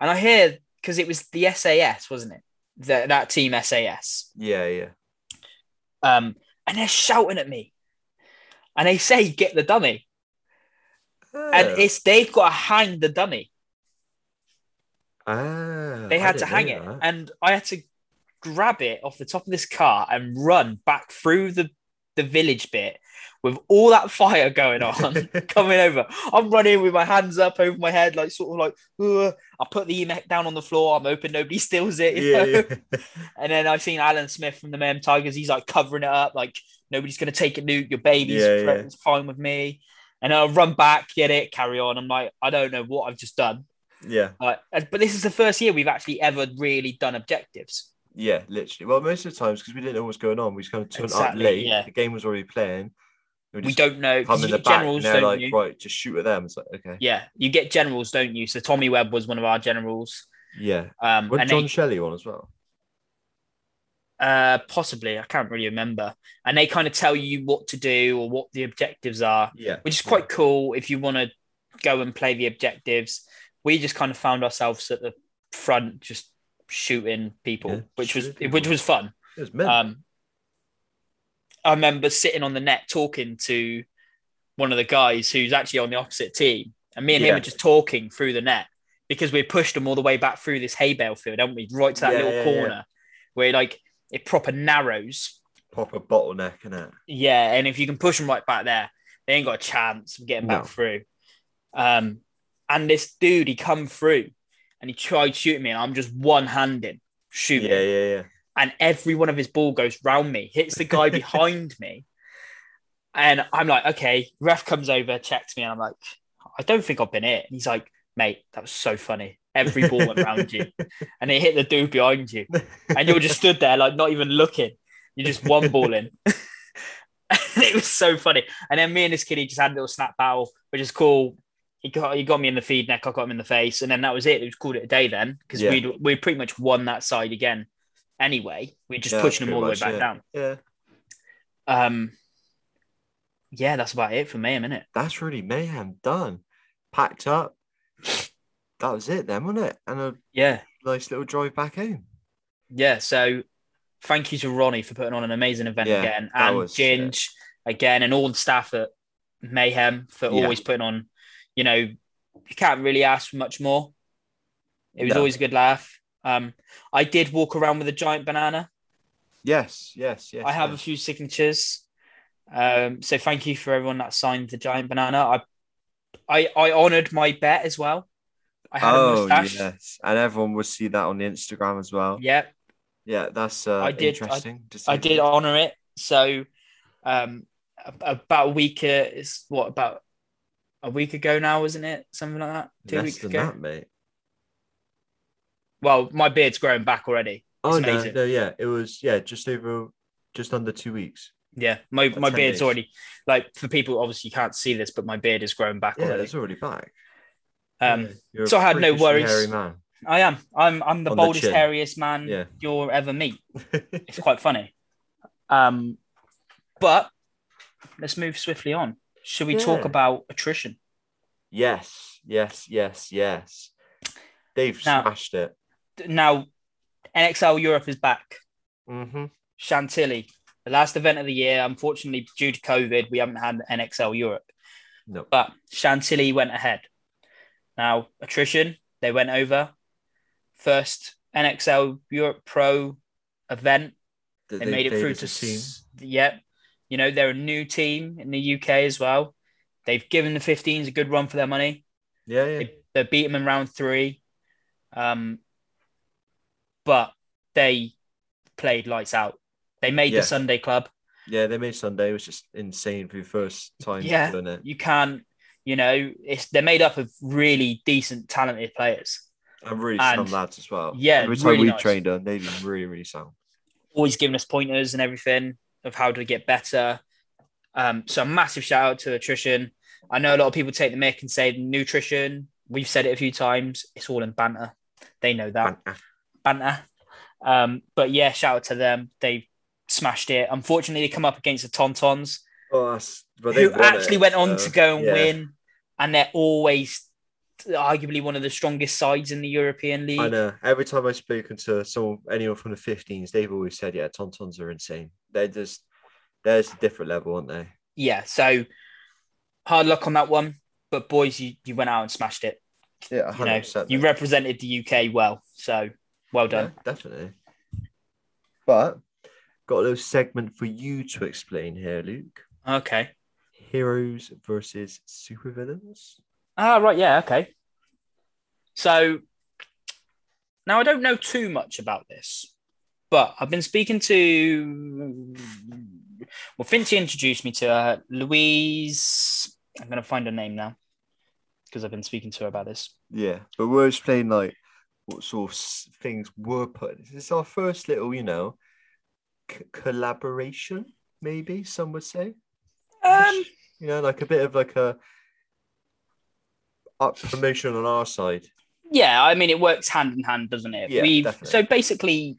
A: and I hear because it was the SAS, wasn't it? That that team SAS
B: yeah, yeah, yeah.
A: um, and they're shouting at me, and they say, "Get the dummy," and it's they've got to hang the dummy.
B: ah,
A: They
B: I
A: had to
B: didn't
A: hang
B: know
A: it,
B: that.
A: and I had to grab it off the top of this car and run back through the the village bit with all that fire
B: (laughs)
A: going on (laughs) coming over. I'm running with my hands up over my head, like sort of like. "Ugh." I put the E EMAC down on the floor. I'm hoping nobody steals it. you know?
B: yeah, yeah.
A: And then I've seen Alan Smith from the Man Tigers. He's like covering it up, like nobody's gonna take it, Luke. Your baby's
B: Yeah, yeah.
A: it's fine with me. And I'll run back, get it, carry on. I'm like, I don't know what I've just done.
B: yeah,
A: Like, and- but this is the first year we've actually ever really done objectives.
B: yeah, literally. Well, most of the times because we didn't know what was going on, we just kind of turned
A: Exactly,
B: up late.
A: yeah.
B: The game was already playing.
A: We
B: just
A: don't know. 'cause you
B: come in the
A: get
B: back, and
A: generals,
B: they're
A: don't
B: like,
A: you?
B: right, just shoot at them. It's like, okay,
A: Yeah, you get generals, don't you? So Tommy Webb was one of our generals.
B: yeah.
A: Um,
B: What
A: and
B: John
A: they-
B: Shelley one as well?
A: uh, possibly, I can't really remember. And they kind of tell you what to do or what the objectives are.
B: Yeah,
A: which is quite cool if you want to go and play the objectives. We just kind of found ourselves at the front, just shooting people,
B: Yeah,
A: which was
B: shooting people.
A: which was fun.
B: It was men.
A: Um, I remember sitting on the net talking to one of the guys who's actually on the opposite team, and me and him
B: Yeah.
A: are just talking through the net because we pushed them all the way back through this hay bale field, haven't we? Right to that
B: Yeah,
A: little
B: yeah, yeah.
A: corner where like it proper narrows.
B: Proper bottleneck, innit?
A: Yeah, and if you can push them right back there, they ain't got a chance of getting back
B: No.
A: through. Um, and this dude, he come through and he tried shooting me, and I'm just one handed shooting
B: Yeah, yeah, yeah.
A: and every one of his ball goes round me, hits the guy behind me. And I'm like, okay, ref comes over, checks me, and I'm like, I don't think I've been hit. And he's like, mate, that was so funny. Every ball went round you, and it hit the dude behind you. And you were just stood there, like not even looking. You're just one balling. (laughs) it was so funny. And then me and this kid, he just had a little snap battle, which is cool. He got, he got me in the feed neck, I got him in the face, and then that was it. It was called it a day then because
B: Yeah.
A: we'd we pretty much won that side again. Anyway, we are just
B: Yeah,
A: pushing them
B: pretty
A: all the way
B: much,
A: back
B: yeah.
A: down.
B: Yeah,
A: Um, yeah, that's about it for me, isn't it?
B: that's really mayhem done. Packed up. That was it then, wasn't it? And a
A: Yeah,
B: nice little drive back home.
A: yeah. So thank you to Ronnie for putting on an amazing event
B: Yeah,
A: again,
B: that
A: and
B: was
A: Ginge again, and all the staff at Mayhem for
B: Yeah.
A: always putting on. You know, you can't really ask for much more. It was
B: No.
A: always a good laugh. Um, I did walk around with a giant banana.
B: Yes, yes, yes.
A: I have a
B: yes.
A: few signatures. Um, so thank you for everyone that signed the giant banana. I, I, I honoured my bet as well. I had a
B: Oh
A: mustache. Yeah,
B: yes, and everyone will see that on the Instagram as well. Yeah, that's uh,
A: I did- I-
B: interesting. to
A: I
B: see.
A: did honour it. So, um, ab- about a week. Uh, it's what about a week ago now, wasn't it? Something like that. Two
B: Less
A: weeks
B: than
A: ago.
B: that, mate.
A: Well, my beard's growing back already.
B: Oh no,
A: amazing.
B: no, yeah, it was yeah, just over, just under two weeks.
A: Yeah, my, my
B: ten
A: beard's
B: days.
A: already like for people obviously you can't see this, but my beard is growing back
B: Yeah,
A: already.
B: it's already back.
A: Um,
B: Yeah, you're a
A: so I had no
B: freakishly
A: worries.
B: hairy man.
A: I am. I'm I'm the
B: On the
A: boldest,
B: chin.
A: hairiest man
B: Yeah.
A: you'll ever meet. It's quite funny. Um, but let's move swiftly on. Should we talk
B: Yeah.
A: about attrition?
B: (laughs) yes, yes, yes, yes. They've
A: Now-
B: smashed it.
A: Now, NXL Europe is back.
B: hmm
A: Chantilly, the last event of the year. Unfortunately, due to COVID, we haven't had NXL Europe,
B: No.
A: but Chantilly went ahead. Now, attrition, they went over. First NXL Europe Pro event
B: that
A: they
B: they
A: made it
B: played
A: through
B: as
A: to
B: a team.
A: s- yep you know they're a new team in the uk as well they've given the 15s a good run for their money
B: Yeah, yeah.
A: they, they beat them in round three um but they played lights out they made
B: Yeah.
A: the sunday club
B: Yeah, they made Sunday. It was just insane for the first time
A: Yeah.
B: doing it.
A: you can't you know it's they're made up of really decent talented players
B: And really
A: And-
B: sound lads as well.
A: yeah,
B: Every time
A: really
B: we
A: nice.
B: trained on, they've been really, really sound.
A: always giving us pointers and everything of how to get better. Um, so a massive shout out to attrition. I know a lot of people take the mick and say nutrition. We've said it a few times. It's all in banter. They know that
B: Banter.
A: banter. Um, but yeah, shout out to them. They smashed it. Unfortunately, they come up against the Tontons,
B: Oh, that's, but they
A: who
B: won
A: actually
B: it,
A: went on
B: so,
A: to go and
B: yeah.
A: win, and they're always arguably one of the strongest sides in the European
B: I
A: League.
B: know. Every time I've spoken to someone, anyone from the 15s, they've always said, "Yeah, Tontons are insane. They're just, there's a different level, aren't they?"
A: Yeah, so hard luck on that one. But boys, you, you went out and smashed it.
B: Yeah,
A: you know,
B: 100%.
A: you represented the UK well. So well
B: Yeah,
A: done.
B: definitely. But got a little segment for you to explain here, Luke.
A: Okay.
B: Heroes versus supervillains.
A: Ah, right. Yeah. Okay. So now I don't know too much about this, but I've been speaking to. Well, Finty introduced me to uh, Louise. I'm going to find her name now because I've been speaking to her about this.
B: Yeah, but we're explaining like what sort of s- things were put. It's our first little, you know, c- collaboration. Maybe some would say.
A: Um,
B: you know, like a bit of like a up promotion on our side.
A: yeah, I mean, it works hand in hand, doesn't it?
B: Yeah,
A: We've
B: definitely.
A: so basically,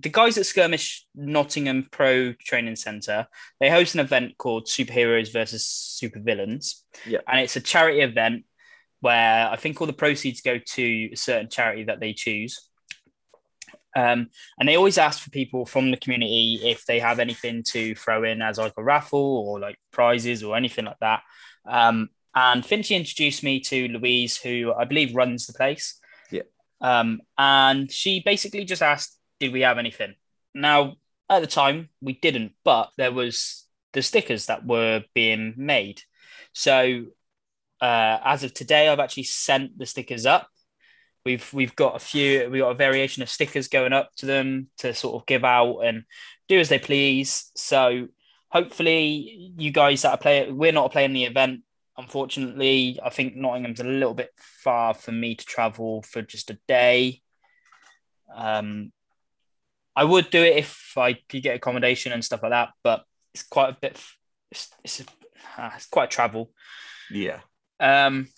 A: the guys at Skirmish Nottingham Pro Training Centre they host an event called Superheroes versus Supervillains.
B: Yeah.
A: and it's a charity event where I think all the proceeds go to a certain charity that they choose. Um, and they always ask for people from the community if they have anything to throw in as like a raffle or like prizes or anything like that. Um, and Finchy introduced me to Louise, who I believe runs the place.
B: Yeah.
A: Um, and she basically just asked, "Did we have anything?" Now, at the time, we didn't, but there was the stickers that were being made. So, uh, as of today, I've actually sent the stickers up. We've we've got a few. We got a variation of stickers going up to them to sort of give out and do as they please. So, hopefully, you guys that are playing, we're not playing the event. Unfortunately, I think Nottingham's a little bit far for me to travel for just a day. Um, I would do it if I could get accommodation and stuff like that, but it's quite a bit. f- It's it's, a, ah, it's quite a travel.
B: Yeah.
A: Um,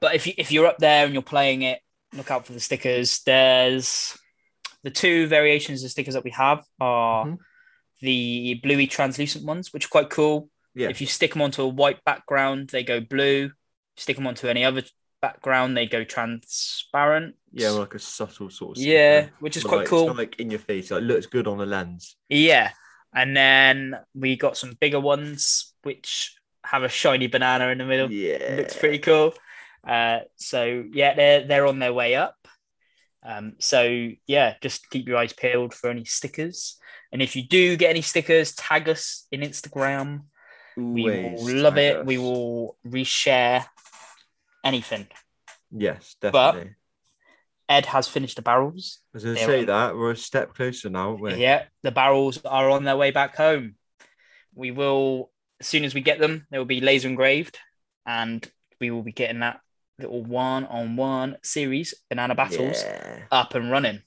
A: but if you if you're up there and you're playing it, look out for the stickers. There's the two variations of stickers that we have are
B: Mhm.
A: the bluey translucent ones, which are quite cool.
B: Yeah.
A: If you stick them onto a white background, they go blue. Stick them onto any other background, they go transparent.
B: Yeah, like a subtle sort of. sticker.
A: yeah, which is
B: But,
A: quite
B: like,
A: cool.
B: It's not like in your face. Like looks good on the lens.
A: Yeah. And then we got some bigger ones which have a shiny banana in the middle.
B: Yeah.
A: Looks pretty cool. Uh, so yeah, they're they're on their way up. Um, so yeah, just keep your eyes peeled for any stickers. And if you do get any stickers, tag us in Instagram. We
B: Always
A: will love
B: tag
A: it. We
B: us.
A: will reshare anything.
B: Yes,
A: But-
B: definitely.
A: Ed has finished the barrels.
B: As I
A: they're
B: say
A: on-
B: that, we're a step closer now, aren't we?
A: Yeah, the barrels are on their way back home. We will, as soon as we get them, they will be laser engraved, and we will be getting that little one-on-one series banana battles
B: Yeah.
A: up and running.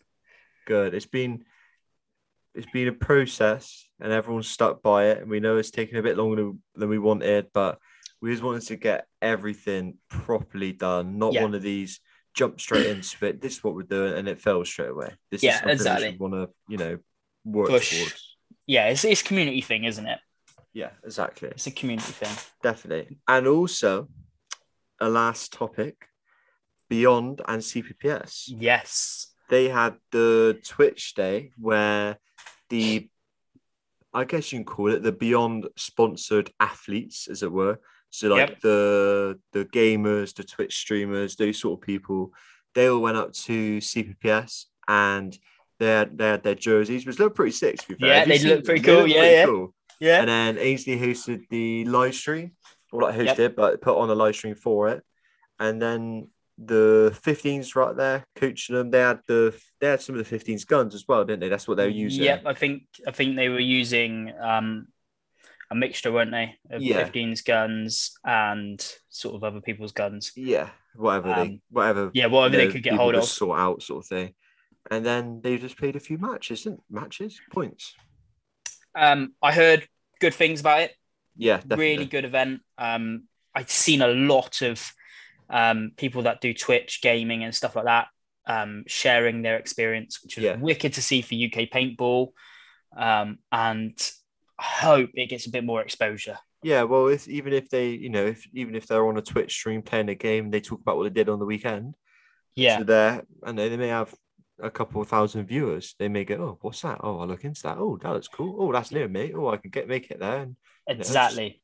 B: Good. It's been it's been a process and everyone's stuck by it. And we know it's taken a bit longer than- than we wanted, but we just wanted to get everything properly done. Not
A: Yeah.
B: one of these jump straight into it. This is what we're doing, and it fell straight away. This
A: Yeah,
B: is something
A: exactly.
B: we want to, you know, work
A: Push.
B: towards.
A: Yeah, it's it's a community thing, isn't it?
B: Yeah, exactly.
A: It's a community thing.
B: Definitely. And also, a last topic Beyond and CPPS.
A: Yes.
B: They had the Twitch day where the, I guess you can call it the Beyond sponsored athletes, as it were. So, like
A: Yep.
B: the the gamers, the Twitch streamers, those sort of people, they all went up to CPPS and they had, they had their jerseys, which looked pretty sick. To be fair.
A: Yeah,
B: Have you
A: they
B: seen
A: look
B: them?
A: pretty
B: They
A: cool.
B: look
A: Yeah, yeah.
B: cool. And then Ainsley hosted the live stream, or not
A: Yep.
B: hosted, but put on a live stream for it. And then the 15s right there coaching them. They had the they had some of the 15s guns as well, didn't they? That's what they were using.
A: Yep. I think I think they were using um a mixture, weren't they? Of
B: Yeah.
A: 15's guns and sort of other people's guns.
B: Yeah, whatever they
A: Um,
B: whatever
A: Yeah, whatever
B: you
A: they
B: know,
A: could get
B: people
A: hold
B: could
A: of.
B: sort out sort of thing. And then they just played a few matches, didn't matches points.
A: Um, I heard good things about it.
B: Yeah, definitely.
A: Really good event. Um, I've seen a lot of um, people that do Twitch gaming and stuff like that um, sharing their experience, which was
B: Yeah.
A: wicked to see for UK paintball. Um, and I hope it gets a bit more exposure.
B: Yeah, well, if, even if they, you know, if even if they're on a Twitch stream playing a game, they talk about what they did on the weekend.
A: Yeah,
B: to there, and they, they may have a couple of thousand viewers. They may go, "Oh, what's that? Oh, I will look into that. Oh, that looks cool. Oh, that's new, mate. Oh, I can get make it there." And it's-
A: exactly.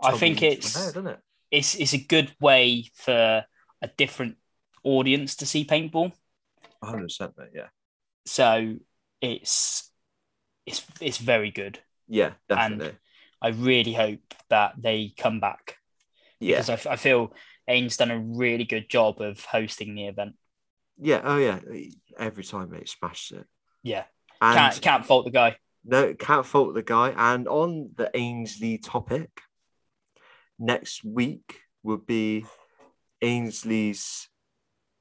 A: I
B: tumble
A: think
B: into
A: it's
B: there, doesn't it?
A: it's it's a good way for a different audience to see paintball.
B: One hundred percent, mate. Yeah,
A: So it's it's it's very good.
B: yeah,
A: And-
B: definitely.
A: I really hope that they come back
B: yeah,
A: because I f I I, feel Ain's done a really good job of hosting the event.
B: yeah. Oh, yeah. Every time, mate, smashed it.
A: Yeah,
B: And
A: can't can't fault the guy.
B: No, can't fault the guy. And on the Ainsley topic, next week would be Ainsley's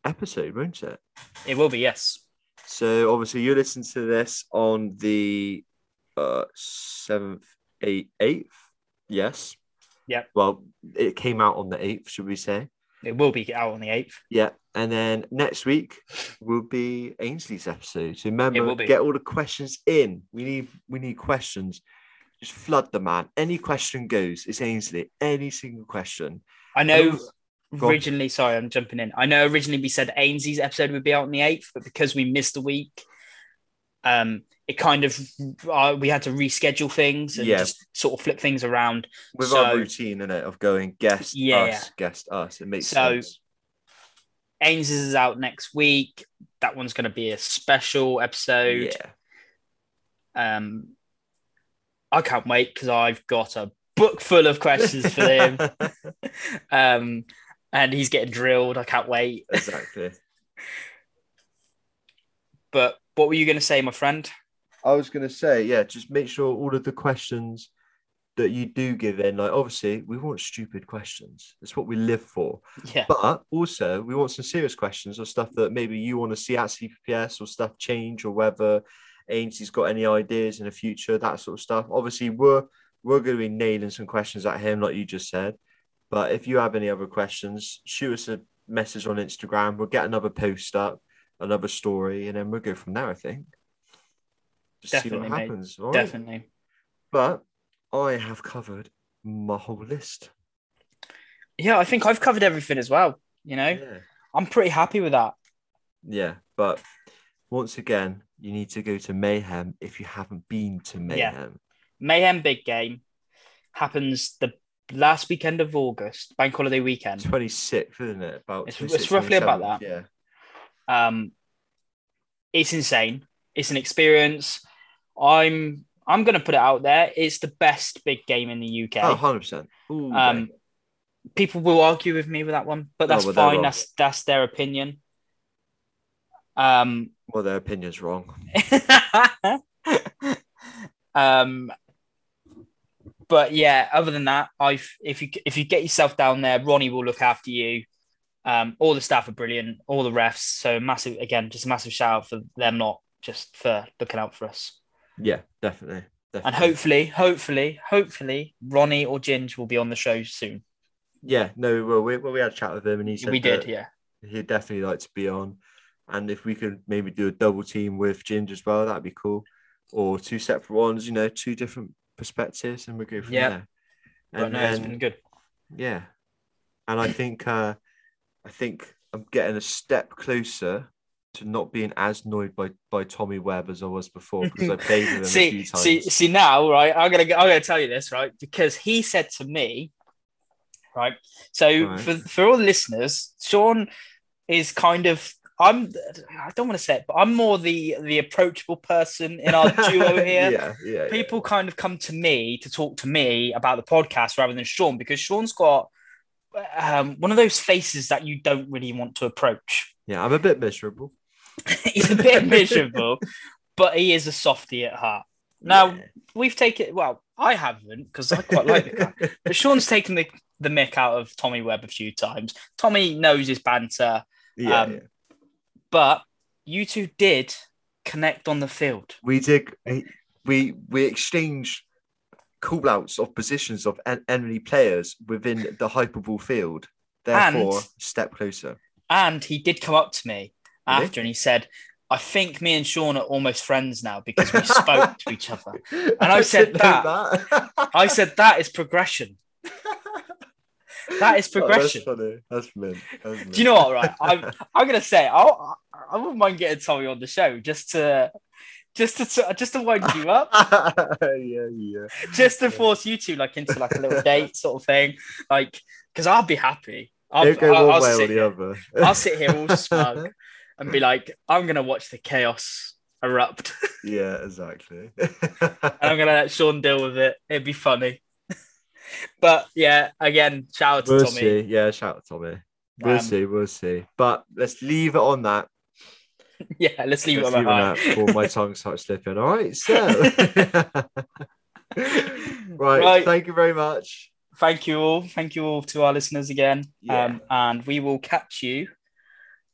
B: episode, won't it?
A: It will be yes.
B: So obviously you listen to this on the uh seventh, eighth, eighth. Yes.
A: Yep.
B: Well, it came out on the eighth, should we say?
A: It will be out on the eighth.
B: Yeah. And then next week will be Ainsley's episode. So
A: It will
B: remember,
A: be.
B: get all the questions in. We need we need questions. Just flood the man. Any question goes. It's Ainsley. Any single question.
A: I know.
B: also- Oh, go on.
A: Originally, sorry, I'm jumping in. I know originally we said Ainsley's episode would be out on the eighth, but because we missed a week, um, it kind of uh, we had to reschedule things and
B: Yeah.
A: just sort of flip things around.
B: with
A: So-
B: our routine in it of going guest
A: Yeah.
B: us, guest us. It makes
A: So-
B: sense.
A: Ains is out next week. That one's going to be a special episode.
B: Yeah,
A: Um, I can't wait because I've got a book full of questions for
B: (laughs)
A: him. Um, and he's getting drilled. I can't wait.
B: exactly.
A: But what were you going to say, my friend?
B: (laughs)
A: (laughs)
B: I was gonna say, yeah, just make sure all of the questions that you do give in, like obviously we want stupid questions. That's what we live for.
A: Yeah.
B: But also we want some serious questions or stuff that maybe you want to see at CPS or stuff change or whether Ainsley's got any ideas in the future, that sort of stuff. Obviously, we're we're gonna be nailing some questions at him, like you just said. But if you have any other questions, shoot us a message on Instagram. We'll get another post up, another story, and then we'll go from there, I think. Just see
A: Definitely,
B: what
A: mate.
B: happens. all right?
A: Definitely.
B: But I have covered my whole list.
A: Yeah, I think I've covered everything as well. You know,
B: Yeah.
A: I'm pretty happy with that.
B: Yeah, but once again, you need to go to Mayhem if you haven't been to Mayhem.
A: Mayhem Big Game happens the last weekend of August, Bank Holiday weekend.
B: Twenty sixth, isn't it? About
A: It's-
B: 26th,
A: it's roughly about
B: 27th,
A: that.
B: Yeah,
A: Um, it's insane. It's an experience. I'm I'm gonna put it out there. It's the best big game in the UK.
B: oh, 100 percent.
A: Um, people will argue with me with that one, but
B: No,
A: that's
B: well, they're
A: fine.
B: wrong.
A: That's that's their opinion. Um, (laughs)
B: well, their opinion's wrong.
A: um, but yeah, other than that, I've if you if you get yourself down there, Ronnie will look after you. Um, all the staff are brilliant, all the refs. So massive again, just a massive shout out for them not just for looking out for us.
B: Yeah, definitely. definitely.
A: And hopefully, hopefully, hopefully, Ronnie or Ginge will be on the show soon.
B: yeah, no, well, we, well, we had a chat with him, and he said
A: we
B: that
A: did, yeah.
B: he'd definitely like to be on. And if we could maybe do a double team with Ginger as well, that'd be cool. Or two separate ones, you know, two different perspectives, and we go from
A: Yeah.
B: there.
A: But no, it's been good.
B: Yeah. And I think uh I think I'm getting a step closer to not being as annoyed by, by Tommy Webb as I was before because
A: (laughs)
B: I played with him a
A: see,
B: few times.
A: see, see now, right? I'm gonna, I'm gonna tell you this, right? Because he said to me, right? So
B: Right.
A: for for all the listeners, Sean is kind of, I'm, I don't want to say it, but I'm more the the approachable person in
B: (laughs)
A: our duo here.
B: yeah, yeah.
A: People kind of come to me to talk to me about the podcast rather than Sean because Sean's got um, one of those faces that you don't really want to approach. (laughs)
B: Yeah. yeah, I'm a bit miserable.
A: he's a
B: (laughs)
A: bit miserable, but he is a softie at heart. Now
B: Yeah.
A: we've taken well, I haven't because I quite like
B: (laughs)
A: the guy, but Sean's taken the the mick out of Tommy Webb a few times. Tommy knows his banter,
B: Yeah,
A: Um,
B: yeah.
A: but you two did connect on the field.
B: We did we we exchanged call outs of positions of en- enemy players within the hyperball field.
A: And-
B: Therefore, step closer.
A: And he did come up to me
B: Did he?
A: after and he said, I think me and Sean are almost friends now because we spoke to each other.
B: And (laughs)
A: I said
B: that.
A: I said that is progression. That is progression.
B: (laughs) Oh, that's funny. That's mint. That's mint.
A: Do you know what? Right, I'm I'm gonna say I'll, I wouldn't mind getting Tommy on the show just to just to just to wind you up,
B: (laughs) yeah, yeah.
A: just to force you two like into like a little date sort of thing, like because I'll be happy. I'll,
B: It'll go
A: I'll,
B: one
A: I'll
B: way or
A: sit,
B: the other. (laughs)
A: I'll sit here all smug and be like, I'm gonna watch the chaos erupt,
B: yeah,
A: (laughs)
B: exactly. (laughs)
A: and I'm gonna let Sean deal with it. It'd be funny. (laughs) But yeah, again, shout out to
B: we'll
A: Tommy.
B: see. Yeah, shout out Tommy. We'll
A: Um,
B: see. We'll see. But let's leave it on that.
A: Yeah, let's leave it
B: Let's
A: on
B: on
A: that.
B: that before
A: (laughs)
B: my tongue starts slipping. All right. So, (laughs) right,
A: Right.
B: Thank you very much.
A: thank you all. Thank you all to our listeners again.
B: Yeah.
A: Um, and we will catch you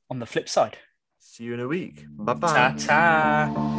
A: on the flip side.
B: See you in a week. Bye
A: Ta
B: bye.
A: ta.